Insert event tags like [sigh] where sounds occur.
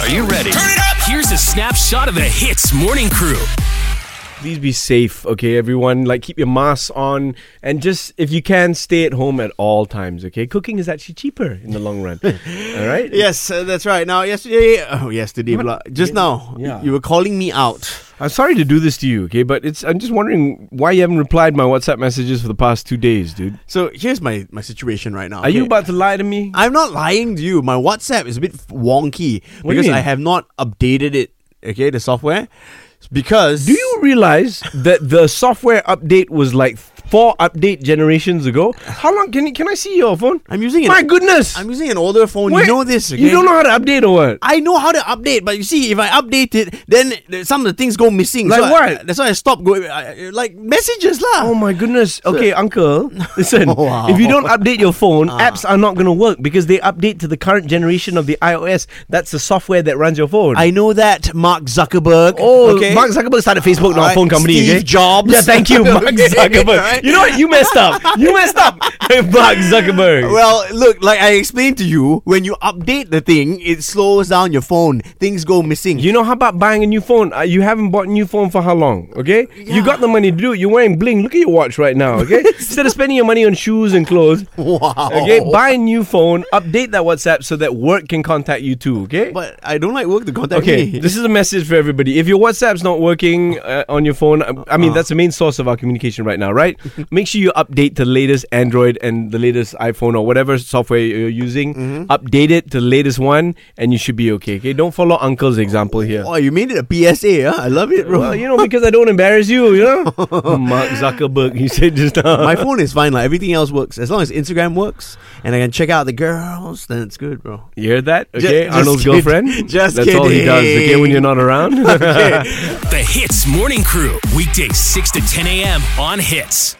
Are you ready? Turn it up! Here's a snapshot of the Hits Morning Crew. please be safe, okay, everyone. Like, keep your masks on, and just if you can, stay at home at all times, okay. Cooking is actually cheaper in the long [laughs] run. all right. Yes, uh, that's right. Now, yesterday, oh, yesterday, blah, just now, Yeah. you were calling me out. I'm sorry to do this to you, okay, but it's. I'm just wondering why you haven't replied my WhatsApp messages for the past two days, dude. So here's my, my situation right now. Are you okay? about to lie to me? I'm not lying to you. My WhatsApp is a bit wonky do you because I mean? have not updated it. Okay, the software. Because Do you realize that the software update was like four update generations ago? How long can you, can I see your phone? I'm using it. My goodness! I'm using an older phone. Wait, You know this. You okay? don't know how to update or what? I know how to update, but you see, if I update it, then uh, some of the things go missing. Like So I- what? that's why I stopped going. I, I- like messages, lah. Oh my goodness. Okay, [laughs] uncle, listen. Wow. Ah. If you don't update your phone, apps are not going to work because they update to the current generation of the iOS. That's the software that runs your phone. I know that Mark Zuckerberg. Oh, okay? Mark Zuckerberg started Facebook, not a Alright, phone company. Steve okay? Jobs. Yeah, thank you, Mark [laughs] Okay, Zuckerberg. alright. You know what? You messed up. You messed [laughs] up, Mark Zuckerberg. Well, look, like I explained to you, when you update the thing, it slows down your phone. Things go missing. You know how about buying a new phone? Uh, you haven't bought a new phone for how long? Okay, you got the money to do it. You're wearing bling. Look at your watch right now. [laughs] Okay, instead of spending your money on shoes and clothes, [laughs] wow. [laughs] okay, buy a new phone. Update that WhatsApp so that work can contact you too. Okay. but I don't like work to contact Okay, me. [laughs] this is a message for everybody. If your WhatsApp's not working uh, on your phone, I, I mean, Ah. that's the main source of our communication right now, [laughs] right? Make sure you update to the latest Android and the latest iPhone or whatever software you're using. Mm-hmm. Update it to the latest one, and you should be okay, okay? Don't follow Uncle's example here. oh, you made it a PSA, huh? I love it, bro. Well, you know, because I don't embarrass you, you know? [laughs] Mark Zuckerberg, you said just now. My phone is fine, like everything else works. As long as Instagram works and I can check out the girls, then it's good, bro. You hear that? Ju- Okay, just Arnold's kid- girlfriend? just That's all he does, okay, when you're not [laughs] around? The Hits Morning Crew, weekdays 6 to 10 a.m. on Hits.